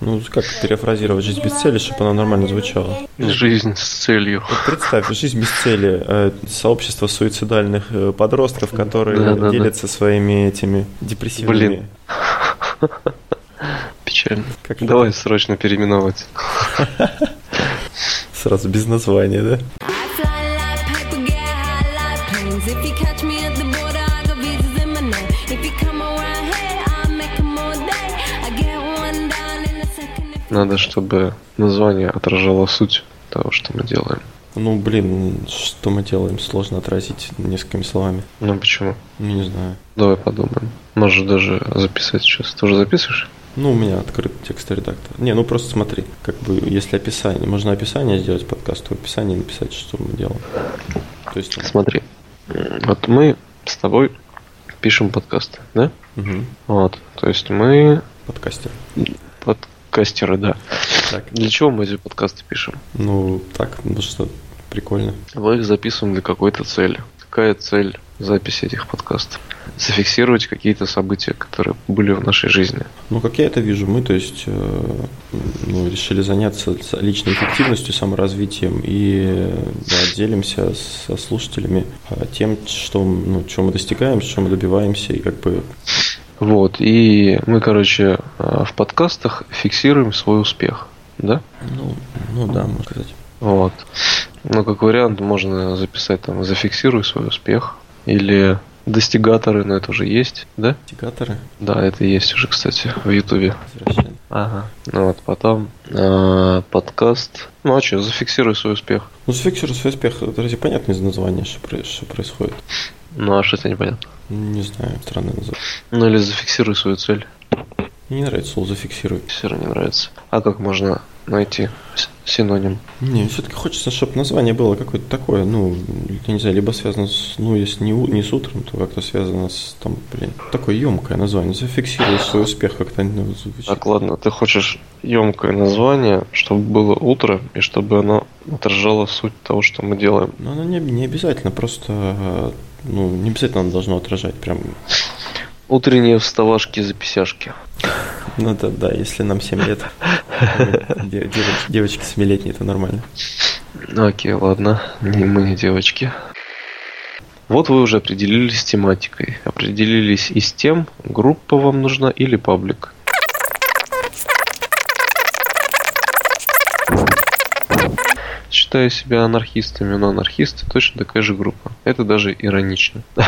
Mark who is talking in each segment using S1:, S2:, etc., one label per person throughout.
S1: Ну, как перефразировать жизнь без цели, чтобы она нормально звучала?
S2: Жизнь с целью.
S1: Вот представь, жизнь без цели. э, Сообщество суицидальных э, подростков, которые
S2: Да, да, да.
S1: делятся своими этими депрессивными.
S2: Блин. Печально.
S1: Как это
S2: Давай срочно переименовать.
S1: Сразу без названия, да?
S3: I fly like paper, get high like planes. If you catch me at the border, I got visas in my name. If you come around here, I'll make 'em all day. I get one down in a second. if-
S2: Надо, чтобы название отражало суть того, что мы делаем.
S1: Ну, блин, что мы делаем? Сложно отразить несколькими словами.
S2: Ну почему?
S1: Ну, не знаю.
S2: Давай подумаем. Можешь даже записать сейчас. Ты уже записываешь?
S1: Ну, у меня открыт текст редактор. Не, ну просто смотри, как бы, если описание, можно описание сделать подкасту, в описании написать, что мы делаем. То есть,
S2: Смотри. Вот мы с тобой пишем подкасты, да?
S1: угу,
S2: Вот. То есть мы
S1: подкастер.
S2: подкастеры, да.
S1: Так,
S2: Для чего мы эти подкасты пишем?
S1: ну, так, ну что, прикольно.
S2: Мы их записываем для какой-то цели. Какая цель записи этих подкастов? Зафиксировать какие-то события, которые были в нашей жизни.
S1: Ну, как я это вижу, мы, то есть, э, ну, решили заняться с- личной эффективностью, саморазвитием и э, да, делимся со слушателями э, тем, что, ну, чего мы достигаем, чего мы добиваемся и как бы
S2: Вот, и мы, короче, э, в подкастах фиксируем свой успех, да?
S1: Ну, ну да, можно сказать.
S2: Вот. Но как вариант можно записать там «Зафиксируй свой успех» или «Достигаторы», но это уже есть, да?
S1: Индикаторы
S2: Да, это есть уже, кстати, в Ютубе.
S1: возвращения.
S2: Ага. Ну вот, потом э, подкаст. Ну а что, «Зафиксируй свой успех».
S1: Ну, сфиксер свой успех, это разве понятно из названия, что, про- что происходит?
S2: Ну а что это непонятно?
S1: Не знаю, странное название.
S2: Ну или зафиксируй свою цель.
S1: Мне не нравится слово «зафиксируй».
S2: Все равно не нравится. А как можно найти с- синоним?
S1: Не, все-таки хочется, чтобы название было какое-то такое, ну, я не знаю, либо связано с, ну, если не, у- не с утром, то как-то связано с, там, блин, такое емкое название. Зафиксируй свой успех как-то ну, звучит.
S2: Так, ладно, ты хочешь емкое название, чтобы было утро и чтобы оно отражало суть того, что мы делаем.
S1: Но оно не, не обязательно, просто, э, ну, не обязательно оно должно отражать прям.
S2: Утренние вставашки-записяшки.
S1: Ну, да, да, если нам 7 лет, мы де- девоч- девочки семилетние, это нормально.
S2: Ну, Окей, ладно, не мы не девочки. Вот вы уже определились с тематикой. Определились и с тем, группа вам нужна или паблик. Считаю себя анархистами, но анархисты точно такая же группа. Это даже иронично.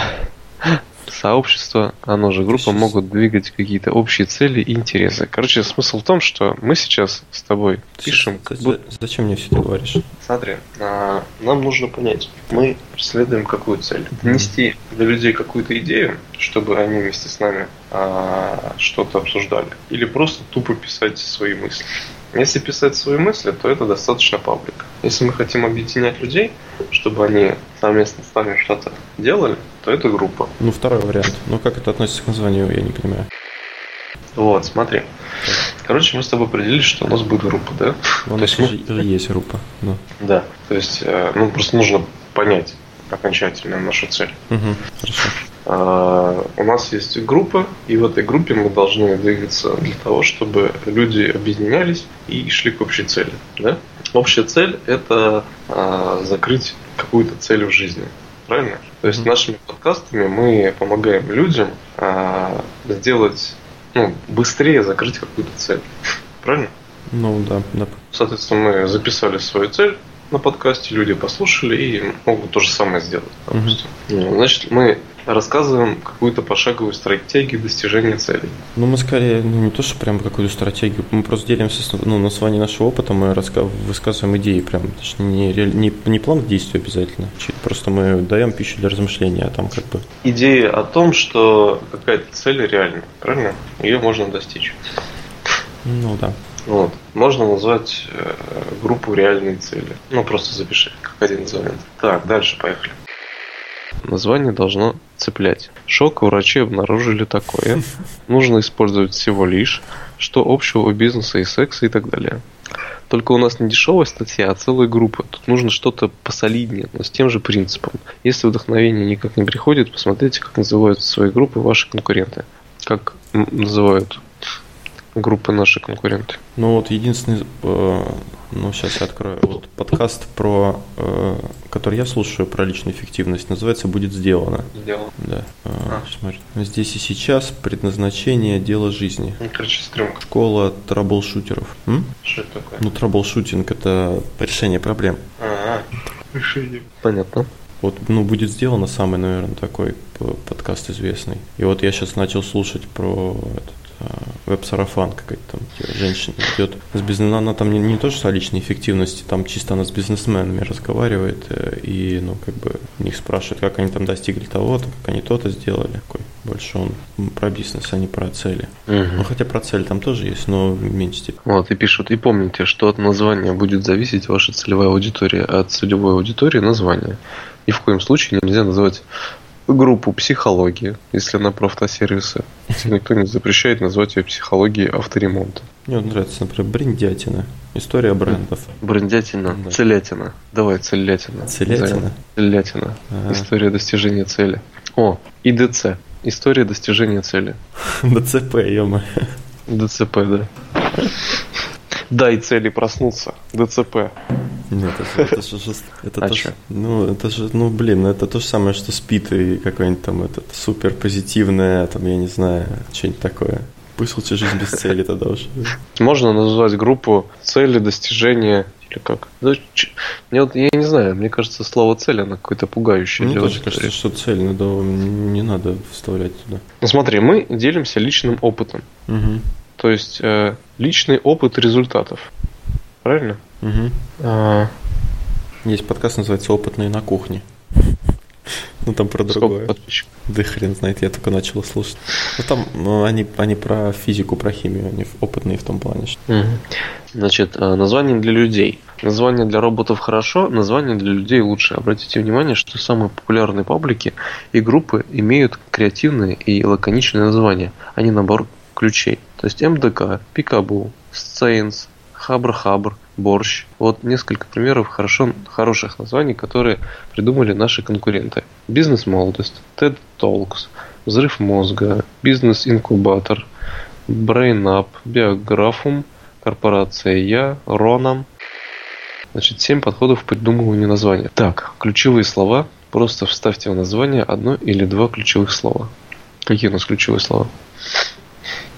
S2: Сообщество, оно же группа,
S1: Сейчас.
S2: могут двигать какие-то общие цели и интересы. Короче, смысл в том, что мы сейчас с тобой пишем,
S1: Ты
S2: как
S1: за-
S2: будто
S1: Зачем мне все это говоришь?
S2: Смотри, а, нам нужно понять, мы преследуем какую цель? Донести до людей какую-то идею, чтобы они вместе с нами а, что-то обсуждали. Или просто тупо писать свои мысли. Если писать свои мысли, то это достаточно паблик. Если мы хотим объединять людей, чтобы они совместно с нами что-то делали, то это группа.
S1: Ну, второй вариант. Ну, как это относится к названию, я не понимаю.
S2: Вот, смотри. Короче, мы с тобой определились, что у нас будет группа, да?
S1: У
S2: То
S1: нас
S2: есть
S1: уже уже есть группа. Ну.
S2: Да. То есть, э, ну, просто нужно понять окончательно нашу цель.
S1: Мгм, Хорошо.
S2: А, У нас есть группа, и в этой группе мы должны двигаться для того, чтобы люди объединялись и шли к общей цели. Да? Общая цель – это а, закрыть какую-то цель в жизни. Правильно? То есть
S1: Мгм.
S2: нашими подкастами мы помогаем людям а, сделать, ну, быстрее закрыть какую-то цель. Правильно?
S1: Ну, да, да.
S2: Соответственно, мы записали свою цель на подкасте, люди послушали и могут то же самое сделать. допустим. Ну, Значит, мы рассказываем какую-то пошаговую стратегию достижения целей.
S1: Ну, мы скорее, ну, не то, что прям какую-то стратегию. Мы просто делимся, с- ну, название нашего опыта, мы раска- высказываем идеи прям. Это ж не, реаль- не, не план действия обязательно. Чуть Просто мы даем пищу для размышления, а там как бы...
S2: Идея о том, что какая-то цель реальна, правильно? Ее можно достичь.
S1: Ну, да.
S2: Вот. Можно назвать э, группу реальные цели. Ну, просто запиши, как один вариант. Так, дальше поехали. Название должно цеплять. Шок врачи обнаружили такое. Нужно использовать всего лишь, что общего у бизнеса и секса и так далее. Только у нас не дешевая статья, а целая группа. Тут нужно что-то посолиднее, но с тем же принципом. Если вдохновение никак не приходит, посмотрите, как называют свои группы ваши конкуренты. Как м, называют группы наши конкуренты.
S1: Ну вот единственный, э, ну сейчас я открою, вот подкаст про, э, который я слушаю про личную эффективность, называется «Будет сделано».
S2: Сделал.
S1: Да. Э,
S2: А.
S1: смотри. Здесь и сейчас предназначение дела жизни.
S2: Ну, короче, стремка.
S1: Школа траблшутеров. М?
S2: Что это такое?
S1: Ну, траблшутинг – это решение проблем.
S2: Ага. Понятно.
S1: Вот, ну, будет сделано самый, наверное, такой п- подкаст известный. И вот я сейчас начал слушать про этот а, веб-сарафан какая-то там где женщина идет с бизнесменом, она там не, не то что о личной эффективности, там чисто она с бизнесменами разговаривает э, и, ну, как бы у них спрашивают, как они там достигли того-то, как они то-то сделали. Такой больше он м, про бизнес, а не про цели. Ну, хотя про цель там тоже есть, но в меньшей степени.
S2: Вот, и пишут, и помните, что от названия будет зависеть ваша целевая аудитория, а от целевой аудитории название. Ни в коем случае нельзя называть группу психологии, если она про автосервисы. Если никто не запрещает назвать ее психологией авторемонта.
S1: Мне вот нравится, например, брендятина. История брендов.
S2: Брендятина,
S1: Да.
S2: целятина. Давай, целятина.
S1: Целятина?
S2: Целятина.
S1: А.
S2: История достижения цели. О, ИДЦ. История достижения цели.
S1: ДЦП, ё
S2: ДЦП, да. Дай цели проснуться. ДЦП.
S1: Нет, это, это же, жест- это
S2: А
S1: то ж-
S2: чё?
S1: ну, это же, ну, блин, это то же самое, что спит и какой-нибудь там этот супер позитивное, там, я не знаю, что-нибудь такое. Пусть лучше жизнь без цели тогда уже.
S2: Можно назвать группу цели, достижения или как? Ну, ч- Мне вот, я не знаю, мне кажется, слово цель, оно какое-то пугающее.
S1: Мне
S2: для
S1: тоже
S2: аудитории.
S1: кажется, что цель надо, не надо вставлять туда.
S2: Ну смотри, мы делимся личным опытом.
S1: Угу.
S2: То есть э, личный опыт результатов. Правильно?
S1: Угу.
S2: А,
S1: Есть подкаст, называется «Опытные на кухне». Ну, там про
S2: сколько
S1: другое.
S2: подписчиков?
S1: Да хрен знает, я только начал слушать. Ну, там ну, они, они про физику, про химию, они в- опытные в том плане, что...
S2: Мгм. Значит, э, название для людей. Название для роботов хорошо, название для людей лучше. Обратите внимание, что самые популярные паблики и группы имеют креативные и лаконичные названия, а не набор ключей. То есть МДК, Пикабу, Сцейнс, Хабр-Хабр, Борщ. Вот несколько примеров хорошо, хороших названий, которые придумали наши конкуренты. Бизнес-молодость, TED Talks, Взрыв мозга, Бизнес-инкубатор, Брейнап, Биографум, Корпорация Я, Роном. Значит, 7 подходов к придумыванию названия. Так, ключевые слова. Просто вставьте в название одно или два ключевых слова. Какие у нас ключевые слова?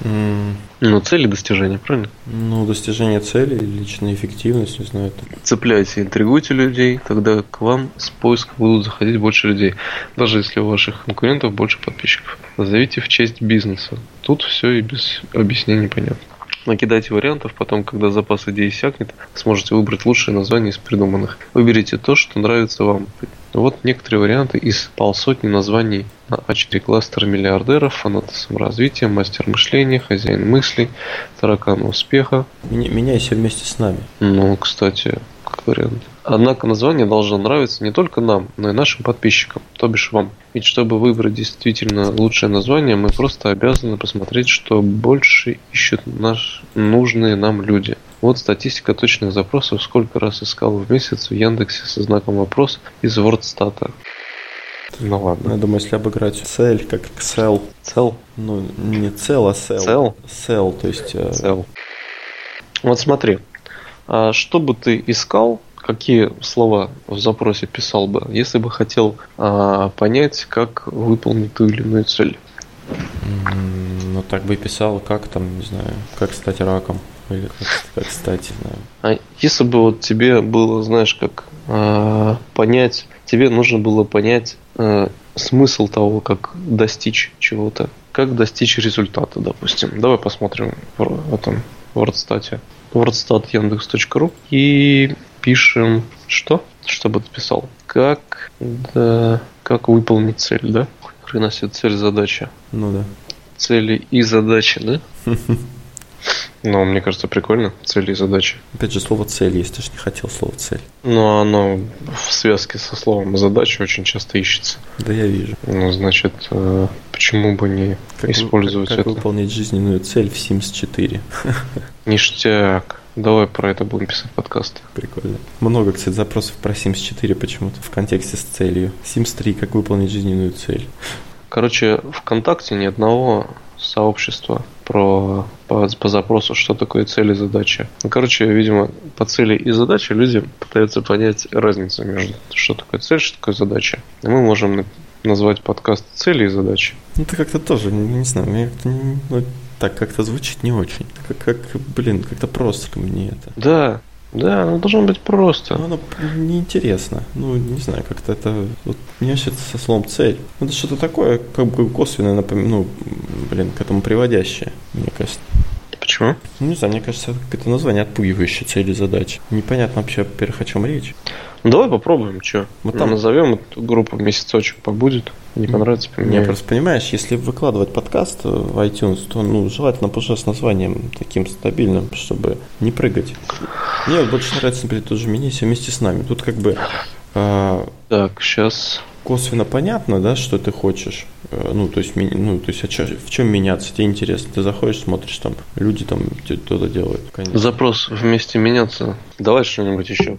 S1: м,
S2: Ну, цели достижения, правильно?
S1: Ну, достижение цели, личная эффективность, не знаю, это
S2: Цепляйте, интригуйте людей, тогда к вам с поиска будут заходить больше людей. Даже если у ваших конкурентов больше подписчиков. Назовите в честь бизнеса. Тут все и без объяснений понятно. Накидайте вариантов, потом, когда запас идей иссякнет, сможете выбрать лучшее название из придуманных. Выберите то, что нравится вам. Вот некоторые варианты из полсотни названий на А4 кластер миллиардеров, фанаты саморазвития, мастер мышления, хозяин мыслей, таракан успеха,
S1: Меня- Меняйся вместе с нами.
S2: ну, кстати, как вариант. Однако название должно нравиться не только нам, но и нашим подписчикам, то бишь вам. Ведь чтобы выбрать действительно лучшее название, мы просто обязаны посмотреть, что больше ищут наш, нужные нам люди. Вот статистика точных запросов, сколько раз искал в месяц в Яндексе со знаком вопрос из Вордстата. Ну
S1: Я
S2: ладно.
S1: думаю, если обыграть цель, как сел,
S2: Цел?
S1: ну, не цел, а сел.
S2: Цел?
S1: Сел, то есть... э,
S2: Цел. Вот смотри, а что бы ты искал, какие слова в запросе писал бы, если бы хотел а, понять, как выполнить ту или иную цель?
S1: м, Ну, так бы и писал, как там, не знаю, как стать раком. Или как, как стать, не знаю.
S2: А если бы вот тебе было, знаешь, как а, понять, тебе нужно было понять а, смысл того, как достичь чего-то, как достичь результата, допустим. Давай посмотрим в р- в этом WordStat. WordStat Яндекс.ру и пишем что? Что бы ты писал? Как, да, как выполнить цель, да? Хрена себе цель, задача.
S1: Ну да.
S2: Цели и задачи, да? Ну, мне кажется, прикольно. Цели и задачи.
S1: Опять же, слово цель есть, ты же не хотел слово цель.
S2: Но оно в связке со словом задача очень часто ищется.
S1: Да я вижу.
S2: Ну, значит, э, почему бы не
S1: вы-
S2: использовать
S1: как, как
S2: это?
S1: выполнить жизненную цель в Sims 4.
S2: Ништяк. Давай про это будем писать подкасты.
S1: Прикольно. Много, кстати, запросов про Sims 4 почему-то в контексте с целью. Sims 3, как выполнить жизненную цель.
S2: Короче, ВКонтакте ни одного сообщества про по, по запросу, что такое цель и задача. Ну, короче, видимо, по цели и задаче люди пытаются понять разницу между что такое цель, что такое задача. И мы можем на- назвать подкаст цели и задачи.
S1: Ну, это как-то тоже, не, не знаю, мне как-то не- ну, так как-то звучит не очень. Как, как, блин, как-то просто мне это.
S2: Да, да, оно должно быть просто.
S1: Ну, оно неинтересно. Ну, не знаю, как-то это... Вот, мне вообще со словом цель. Ну, это что-то такое, как бы косвенное, напом- ну, блин, к этому приводящее, мне кажется.
S2: Почему?
S1: Ну, не знаю, мне кажется, это какое-то название отпугивающее цели задач. Непонятно вообще, во-первых, о чем речь.
S2: Ну, давай попробуем, что.
S1: Вот там-
S2: назовем эту группу месяцочек побудет. Не понравится,
S1: Не,
S2: поменяем.
S1: Ну, просто понимаешь, если выкладывать подкаст э, в iTunes, то ну желательно уже с названием таким стабильным, чтобы не прыгать. Мне вот больше нравится, например, тот же Минеси вместе с нами. Тут как бы э,
S2: Так, сейчас.
S1: косвенно понятно, да, что ты хочешь. Э, Ну, то есть, ми- ну, то есть а чё- в чем меняться? Тебе интересно, ты заходишь, смотришь, там люди там те- то-то делают. Конечно.
S2: Запрос вместе меняться. Давай что-нибудь еще.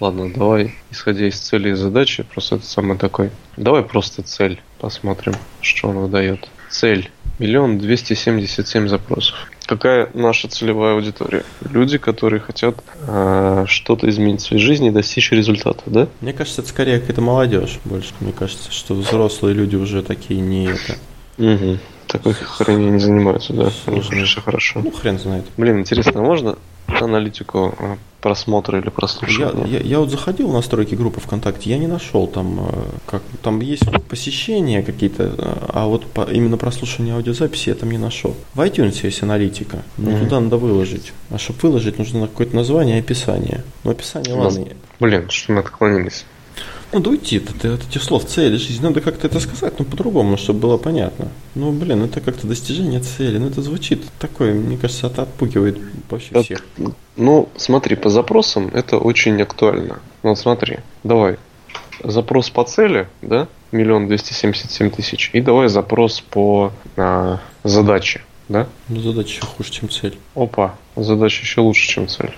S2: Ладно, давай, исходя из цели и задачи, просто это самый такой. Давай просто цель посмотрим, что он выдает. Цель. Миллион двести семьдесят семь запросов. Какая наша целевая аудитория? Люди, которые хотят э, что-то изменить в своей жизни и достичь результата, да?
S1: Мне кажется, это скорее какая-то молодежь больше. Мне кажется, что взрослые люди уже такие не это.
S2: Угу. Такой хрень не занимаются, да? Они
S1: Слушай.
S2: уже всё хорошо.
S1: Ну, хрен знает.
S2: Блин, интересно, а можно аналитику э, просмотра или
S1: Я,
S2: прослушивания?
S1: я, я вот заходил в настройки группы ВКонтакте, я не нашел там, э, как там есть посещения какие-то, э, а вот по- именно прослушивание аудиозаписи я там не нашел. В iTunes есть аналитика, но
S2: Мгм.
S1: туда надо выложить. А чтобы выложить, нужно на какое-то название и описание. Ну, описание,
S2: Наз-
S1: ладно.
S2: Блин, что мы отклонились?
S1: Ну, да уйти от, этой- от этих слов цели жизни. Надо как-то это сказать, но по-другому, чтобы было понятно. Ну, блин, это как-то достижение цели. Ну, это звучит такое, мне кажется, это отпугивает вообще
S2: Так,
S1: всех.
S2: Ну, смотри, по запросам это очень актуально. Ну, Вот смотри, давай. Запрос по цели, да? Миллион двести семьдесят семь тысяч. И давай запрос по а, задаче, да?
S1: Ну, задача еще хуже, чем цель.
S2: Опа, задача еще лучше, чем цель.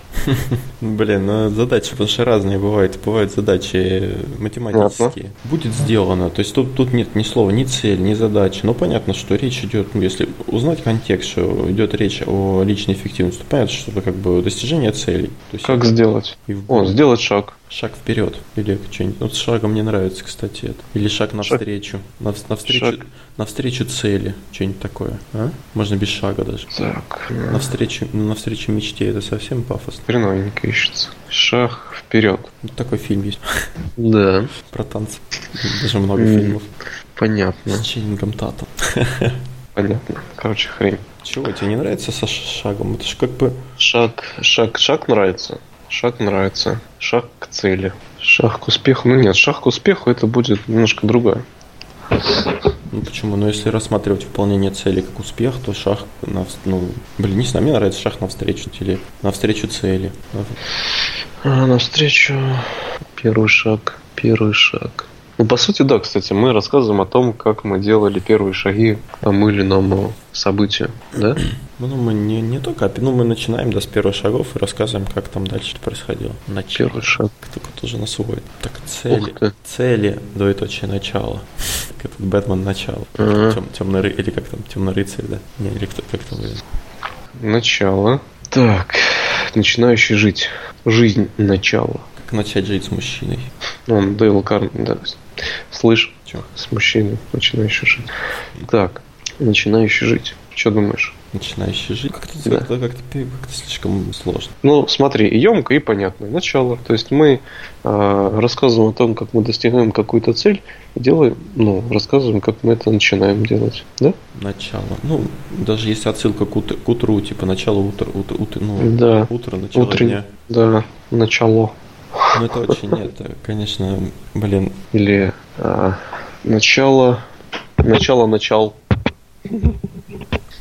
S1: Блин, ну задачи, потому что разные бывают. Бывают задачи э, математические. Будет сделано. То есть тут, тут нет ни слова, ни цель, ни задачи. Но понятно, что речь идет, ну, если узнать контекст, что идет речь о личной эффективности, то понятно, что это как бы достижение целей. То есть
S2: Как сделать?
S1: и в-
S2: О, сделать шаг.
S1: шаг вперед. Или что-нибудь. Вот с шагом мне нравится, кстати, это. Или шаг навстречу. Нав- Навстречу,
S2: Шаг.
S1: навстречу цели. Что-нибудь такое. А? Можно без шага даже.
S2: Так. э,
S1: Навстречу, ну, навстречу мечте это совсем пафосно.
S2: Хреновенько ищется. Шаг вперед.
S1: Вот такой фильм есть.
S2: Да.
S1: Про танцы. Даже много
S2: Мгм.
S1: фильмов.
S2: Понятно.
S1: С Ченнингом Татом.
S2: Понятно. Короче, хрень.
S1: Чего, тебе не нравится со ш- шагом? Это же как бы...
S2: Шаг, шаг, шаг нравится. Шаг нравится. Шаг к цели. Шаг к успеху. Ну нет, шаг к успеху это будет немножко другое.
S1: Ну почему? Ну если рассматривать выполнение цели как успех, то шаг на... вс- Ну, блин, не знаю, мне нравится шаг навстречу или навстречу цели.
S2: А, навстречу. Первый шаг. Первый шаг. Ну, по сути, да, кстати, мы рассказываем о том, как мы делали первые шаги к тому или иному событию, да?
S1: Ну, ну, мы не, не только... опи- Ну, мы начинаем, да, с первых шагов и рассказываем, как там дальше это происходило. Начало.
S2: Первый шаг.
S1: Только тоже нас уводит. Так, цели.
S2: Ух ты.
S1: Цели, двоеточие, начало. Как этот Бэтмен начало.
S2: Ага.
S1: темный ры... Или как там, темный рыцарь, да? Не, или кто, как там, блин.
S2: Начало. Так, начинающий жить. Жизнь начало.
S1: Как начать жить с мужчиной?
S2: Ну, Он Дейл Карн, да. Слышь,
S1: Чё?
S2: с мужчиной, начинающий жить. Так, начинающий жить. Что думаешь?
S1: Начинающий жить. Как-то
S2: Да.
S1: как-то, как-то, пе- как-то слишком сложно.
S2: Ну, смотри, емко и понятно. Начало. То есть мы э, рассказываем о том, как мы достигаем какую-то цель, и делаем, ну, рассказываем, как мы это начинаем делать. Да?
S1: Начало. Ну, даже есть отсылка к, ут- к утру, типа начало утра, ут- ут- ну,
S2: Да.
S1: утро, начало
S2: Утренний.
S1: дня.
S2: Да, начало.
S1: Ну, это очень, нет, э, конечно, блин,
S2: Или э, начало. Начало начал.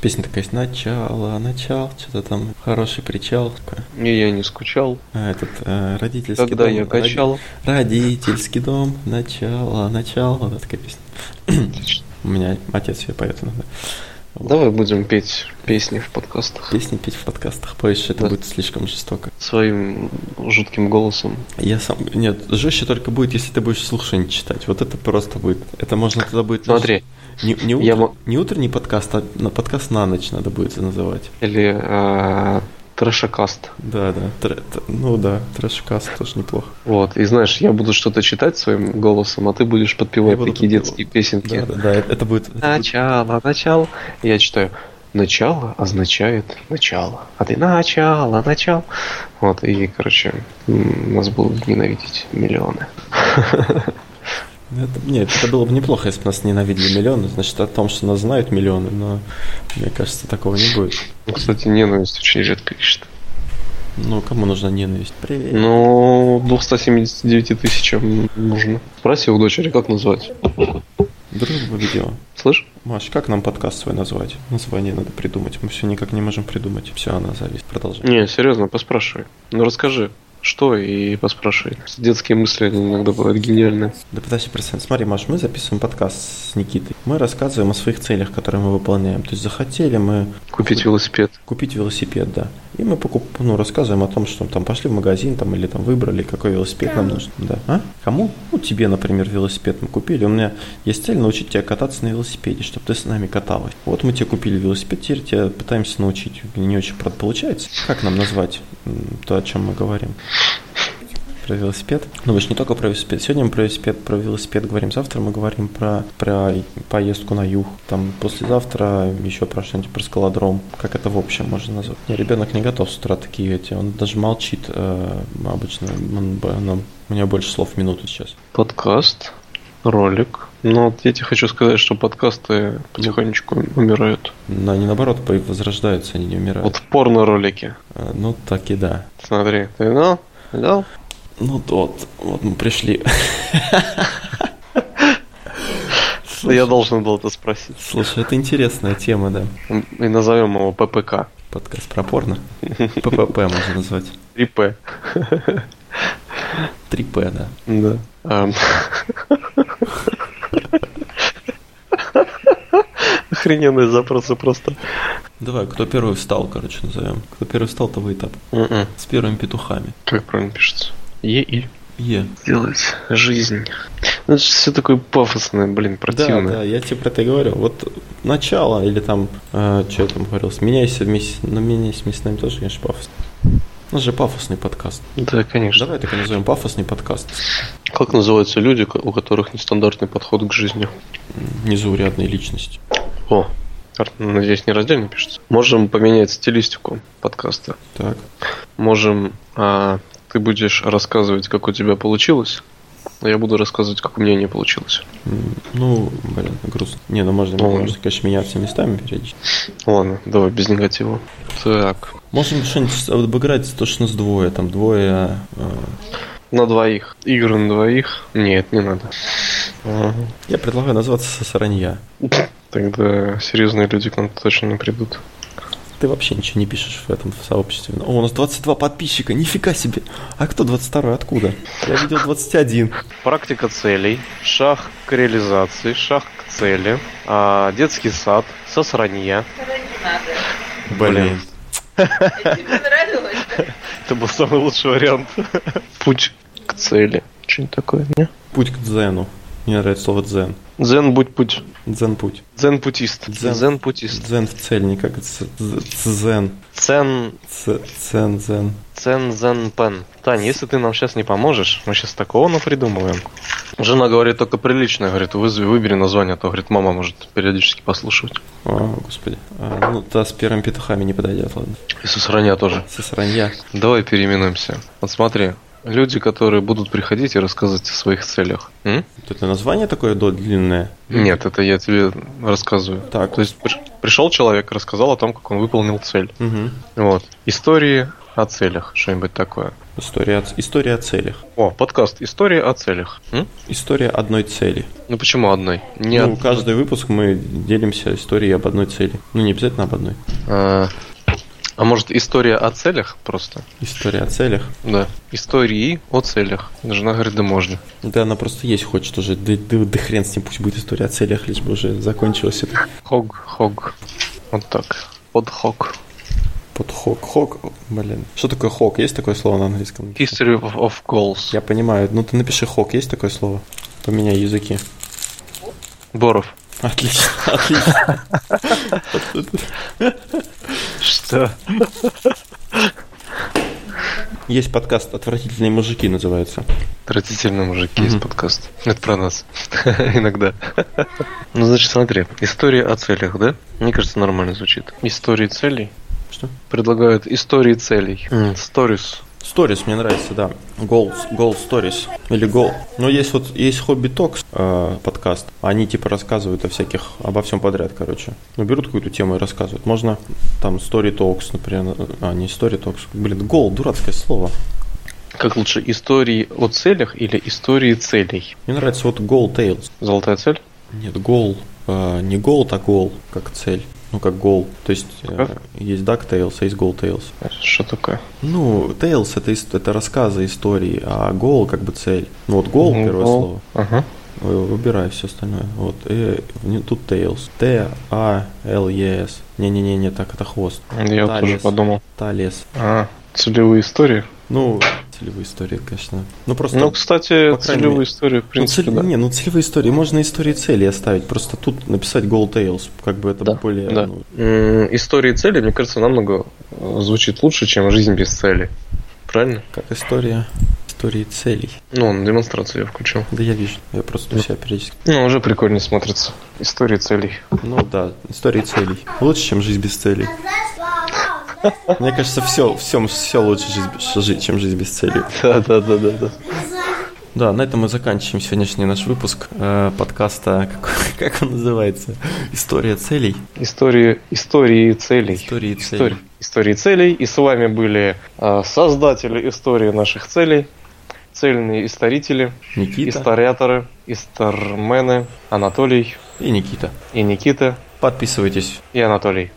S1: песня такая есть. Начало, начало, что-то там, хороший причал.
S2: И я не скучал.
S1: А, этот э, родительский
S2: Когда
S1: дом.
S2: я
S1: роди-
S2: качал.
S1: Родительский дом, начало, начало. Вот такая песня. У меня отец ее поет иногда.
S2: Давай будем петь песни в подкастах.
S1: Песни петь в подкастах, поешь, это
S2: Да.
S1: будет слишком жестоко.
S2: своим жутким голосом.
S1: Я сам... Нет, жестче только будет, если ты будешь слушание читать. Вот это просто будет. Это можно тогда будет...
S2: Смотри,
S1: Не, не, утр-
S2: Я мо-
S1: не утренний подкаст, а на подкаст на ночь надо будет называть.
S2: Или э, трэшакаст.
S1: Да, да. тр- т- ну да, трэшкаст тоже неплохо.
S2: Вот. И знаешь, я буду что-то читать своим голосом, а ты будешь
S1: Я
S2: подпевать
S1: буду
S2: такие
S1: подпевать.
S2: детские песенки.
S1: Да, да, да, это это будет. это будет-
S2: Начало, начало. Я читаю. Начало означает начало. А ты начало, начало. Вот, и, короче, м, нас будут ненавидеть миллионы.
S1: это- Нет, это было бы неплохо, если бы нас ненавидели миллионы. Значит, о том, что нас знают миллионы, но мне кажется, такого не будет.
S2: Ну, Кстати, ненависть очень редко ищет.
S1: Ну, кому нужна ненависть? Привет.
S2: Но 279 тысячам нужно. Спроси у дочери, как назвать.
S1: Дружба видео.
S2: Слышь?
S1: Маш, как нам подкаст свой назвать? Название надо придумать. Мы все никак не можем придумать. Все, она зависит. Продолжай.
S2: Не, серьезно, поспрашивай. Ну, расскажи, что и поспрашивай. Детские мысли они иногда бывают гениальны.
S1: Да подожди, представь. Смотри, Маш, мы записываем подкаст с Никитой. Мы рассказываем о своих целях, которые мы выполняем. То есть захотели мы
S2: Купить велосипед.
S1: купить велосипед, да. И мы покуп... ну, рассказываем о том, что там пошли в магазин там, или там выбрали, какой велосипед нам нужен. Да. А? Кому? Ну, тебе, например, велосипед мы купили. У меня есть цель научить тебя кататься на велосипеде, чтобы ты с нами каталась. Вот мы тебе купили велосипед, теперь тебя пытаемся научить. Не очень, правда, получается. Как нам назвать м, то, о чем мы говорим? Про велосипед. Ну, вы же не только про велосипед. Сегодня мы про велосипед, про велосипед говорим. Завтра мы говорим про, про поездку на юг. Там послезавтра еще про что-нибудь про скалодром. Как это в общем можно назвать? Не, ребенок не готов с утра такие эти. Он даже молчит э, обычно. Он б- он- у него больше слов в минуту сейчас.
S2: Подкаст, ролик. Но вот я тебе хочу сказать, что подкасты потихонечку умирают.
S1: Но они наоборот по- возрождаются, они не умирают.
S2: Вот порно-ролики.
S1: Э, ну, так и да.
S2: Смотри, ты видал? Видал?
S1: Ну, вот, вот мы пришли.
S2: Я должен был это спросить.
S1: Слушай, это интересная тема, да.
S2: И назовем его ППК.
S1: Подкаст про порно. ППП можно назвать.
S2: 3П.
S1: 3П, да.
S2: Да. Эм. Охрененные запросы просто.
S1: Давай, кто первый встал, короче, назовем. Кто первый встал, того этап.
S2: Мгм.
S1: С первыми петухами.
S2: Как правильно пишется? Е-И.
S1: Е.
S2: Делать жизнь. Ну, это все такое пафосное, блин,
S1: Да,
S2: противное.
S1: да, я тебе про это и говорю. Вот начало, или там, что я там говорил, сменяйся вместе, ну, меняйся вместе с нами тоже, конечно, пафосно. У нас же пафосный подкаст.
S2: Да, конечно.
S1: Давай так и назовем пафосный подкаст.
S2: Как называются люди, ко- у которых нестандартный подход к жизни?
S1: Незаурядные личности.
S2: О, ар- ну, надеюсь, не раздельно пишется. Можем поменять стилистику подкаста.
S1: Так.
S2: Можем... а, ты будешь рассказывать, как у тебя получилось, а я буду рассказывать, как у меня не получилось.
S1: М, Ну, блин, грустно. Не, ну можно,
S2: Ну,
S1: можно, конечно, меняться местами периодически.
S2: Ладно, давай без негатива. Так,
S1: Можем что-нибудь обыграть, то, что нас двое, там двое... э,
S2: на двоих. Игры на двоих? Нет, не надо. Ага.
S1: я предлагаю назваться Сосранья.
S2: Тогда серьезные люди к нам точно не придут.
S1: Ты вообще ничего не пишешь в этом в сообществе. О, у нас 22 подписчика, нифига себе. А кто 22 откуда? Я видел 21.
S2: Практика целей, шаг к реализации, шаг к цели, а, детский сад, сосранья.
S4: Тогда не надо.
S2: Блин.
S4: И Тебе нравилось, да?
S2: Это был самый лучший вариант. Путь к цели. Что-нибудь такое, не?
S1: Путь к дзену. Мне нравится слово дзен.
S2: Дзен будь путь.
S1: Дзен-путь.
S2: Дзен-путист.
S1: Дзен.
S2: Дзен-путист.
S1: Дзен в цель, не как ц- ц- дзен.
S2: Цен...
S1: Ц- Цен, дзен.
S2: Цен Зен Пен. Тань, если ты нам сейчас не поможешь, мы сейчас такого напридумываем. Жена говорит только приличное, говорит, вызови, выбери название, а то, говорит, мама может периодически послушивать.
S1: О, господи. А, ну, та с первыми петухами не подойдет, ладно.
S2: И сосранья тоже.
S1: Сосранья.
S2: Давай переименуемся. Вот смотри, люди, которые будут приходить и рассказывать о своих целях. М?
S1: Вот Это название такое до длинное.
S2: Нет, это я тебе рассказываю.
S1: Так.
S2: То есть приш- пришел человек, рассказал о том, как он выполнил цель.
S1: Мгм.
S2: Вот. Истории о целях, что-нибудь такое.
S1: История, о ц- история о целях.
S2: О, подкаст «Истории о целях». М?
S1: История одной цели.
S2: Ну почему одной? Не
S1: Ну,
S2: од-
S1: каждый выпуск мы делимся историей об одной цели. Ну, не обязательно об одной.
S2: а, а может история о целях просто?
S1: История о целях.
S2: Да. Истории о целях. Жена говорит, да можно.
S1: Ну, Да, она просто есть хочет уже. Да, да- да хрен с ним, пусть будет история о целях, лишь бы уже закончилось это.
S2: Хог, хог. Вот так. Под хог.
S1: Под хок, хок, блин. Что такое хок? Есть такое слово на английском?
S2: History of, of goals.
S1: Я понимаю. Ну ты напиши хок, есть такое слово? Поменяй языки.
S2: Боров.
S1: Отлично, отлично.
S2: Что?
S1: Есть подкаст «Отвратительные мужики» называется.
S2: Отвратительные мужики из
S1: Мгм.
S2: подкаста. Это про нас. Иногда. Ну, значит, смотри. История о целях, да? Мне кажется, нормально звучит. Истории целей?
S1: Что?
S2: Предлагают истории целей. Stories.
S1: Stories мне нравится, да. Goal, goal Stories. Или Goal. Но есть вот есть Hobby Talks э, подкаст. Они типа рассказывают о всяких, обо всем подряд, короче. Ну, берут какую-то тему и рассказывают. Можно там Story Talks, например. э, А, не Story Talks. Блин, Goal, дурацкое слово.
S2: Как лучше, истории о целях или истории целей?
S1: Мне нравится вот Goal Tales.
S2: Золотая цель?
S1: Нет, гол. э, не гол, а гол, как цель. Ну, как гол. То есть э,
S2: Как?
S1: есть Duck Tales, а есть Goal Tales.
S2: Что такое?
S1: Ну, Tales это, ис- это рассказы, истории, а гол как бы цель. Ну, вот гол,
S2: Ну,
S1: первое
S2: гол.
S1: слово.
S2: Ага.
S1: Вы- Выбирай все остальное. Вот. И, не, тут Tails. А T-A-L-E-S. Не-не-не, не так, это хвост.
S2: Я вот тоже
S1: Талис.
S2: подумал.
S1: Талес.
S2: А, целевые истории?
S1: Ну, целевые истории, конечно. Ну, просто...
S2: Ну, кстати,
S1: по крайней
S2: целевые
S1: мере.
S2: истории, в
S1: ну,
S2: принципе,
S1: цель-
S2: да.
S1: Не, ну целевые истории. Можно истории цели оставить. Просто тут написать Goal Tales. Как бы это
S2: Да,
S1: более...
S2: да.
S1: ну,
S2: М, Истории цели, мне кажется, намного э, звучит лучше, чем жизнь без цели. Правильно?
S1: как история... Истории целей.
S2: Ну, он демонстрацию я включил.
S1: Да я вижу. Я просто у себя периодически...
S2: Ну, уже прикольно смотрится. Истории целей.
S1: Ну да, истории целей. Лучше, чем жизнь без целей. Мне кажется, все, все, все лучше, жизнь без- жи- чем жизнь без целей.
S2: Да, да, да, да, да.
S1: Да, на этом мы заканчиваем сегодняшний наш выпуск э, подкаста, как, как он называется? История целей.
S2: Истории, истории целей.
S1: Истории целей.
S2: Истории, истории целей. И с вами были э, создатели истории наших целей, цельные исторители,
S1: Никита
S2: историаторы, истормены, Анатолий
S1: и Никита.
S2: и Никита
S1: Подписывайтесь
S2: и Анатолий.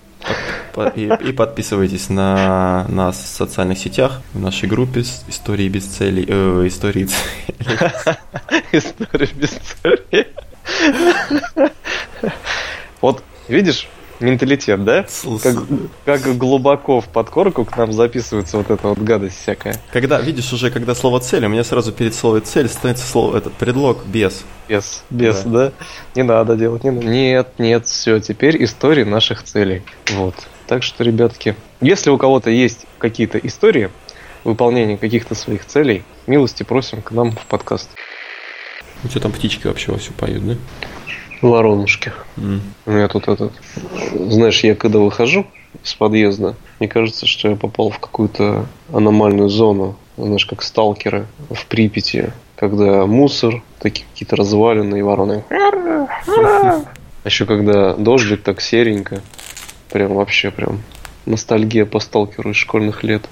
S1: по- и, и подписывайтесь на нас в социальных сетях, в нашей группе с- Истории без целей. э, истории целей.
S2: История без цели. Вот, видишь, менталитет, да?
S1: С-
S2: Как, как глубоко в подкорку к нам записывается вот эта вот гадость всякая.
S1: Когда, видишь, уже когда слово цель, у меня сразу перед словом цель становится слово этот предлог без.
S2: Без, без, да. Не надо делать, не надо. Нет, нет, все, теперь истории наших целей. Вот. Так что, ребятки, если у кого-то есть какие-то истории выполнения каких-то своих целей, милости просим к нам в подкаст.
S1: Ну что там птички вообще вовсю поют, да?
S2: Воронушки.
S1: М.
S2: У меня тут этот... Знаешь, я когда выхожу с подъезда, мне кажется, что я попал в какую-то аномальную зону. Знаешь, как сталкеры в Припяти, когда мусор, такие какие-то разваленные вороны. А еще когда дождик так серенько, прям вообще прям ностальгия по сталкеру из школьных лет.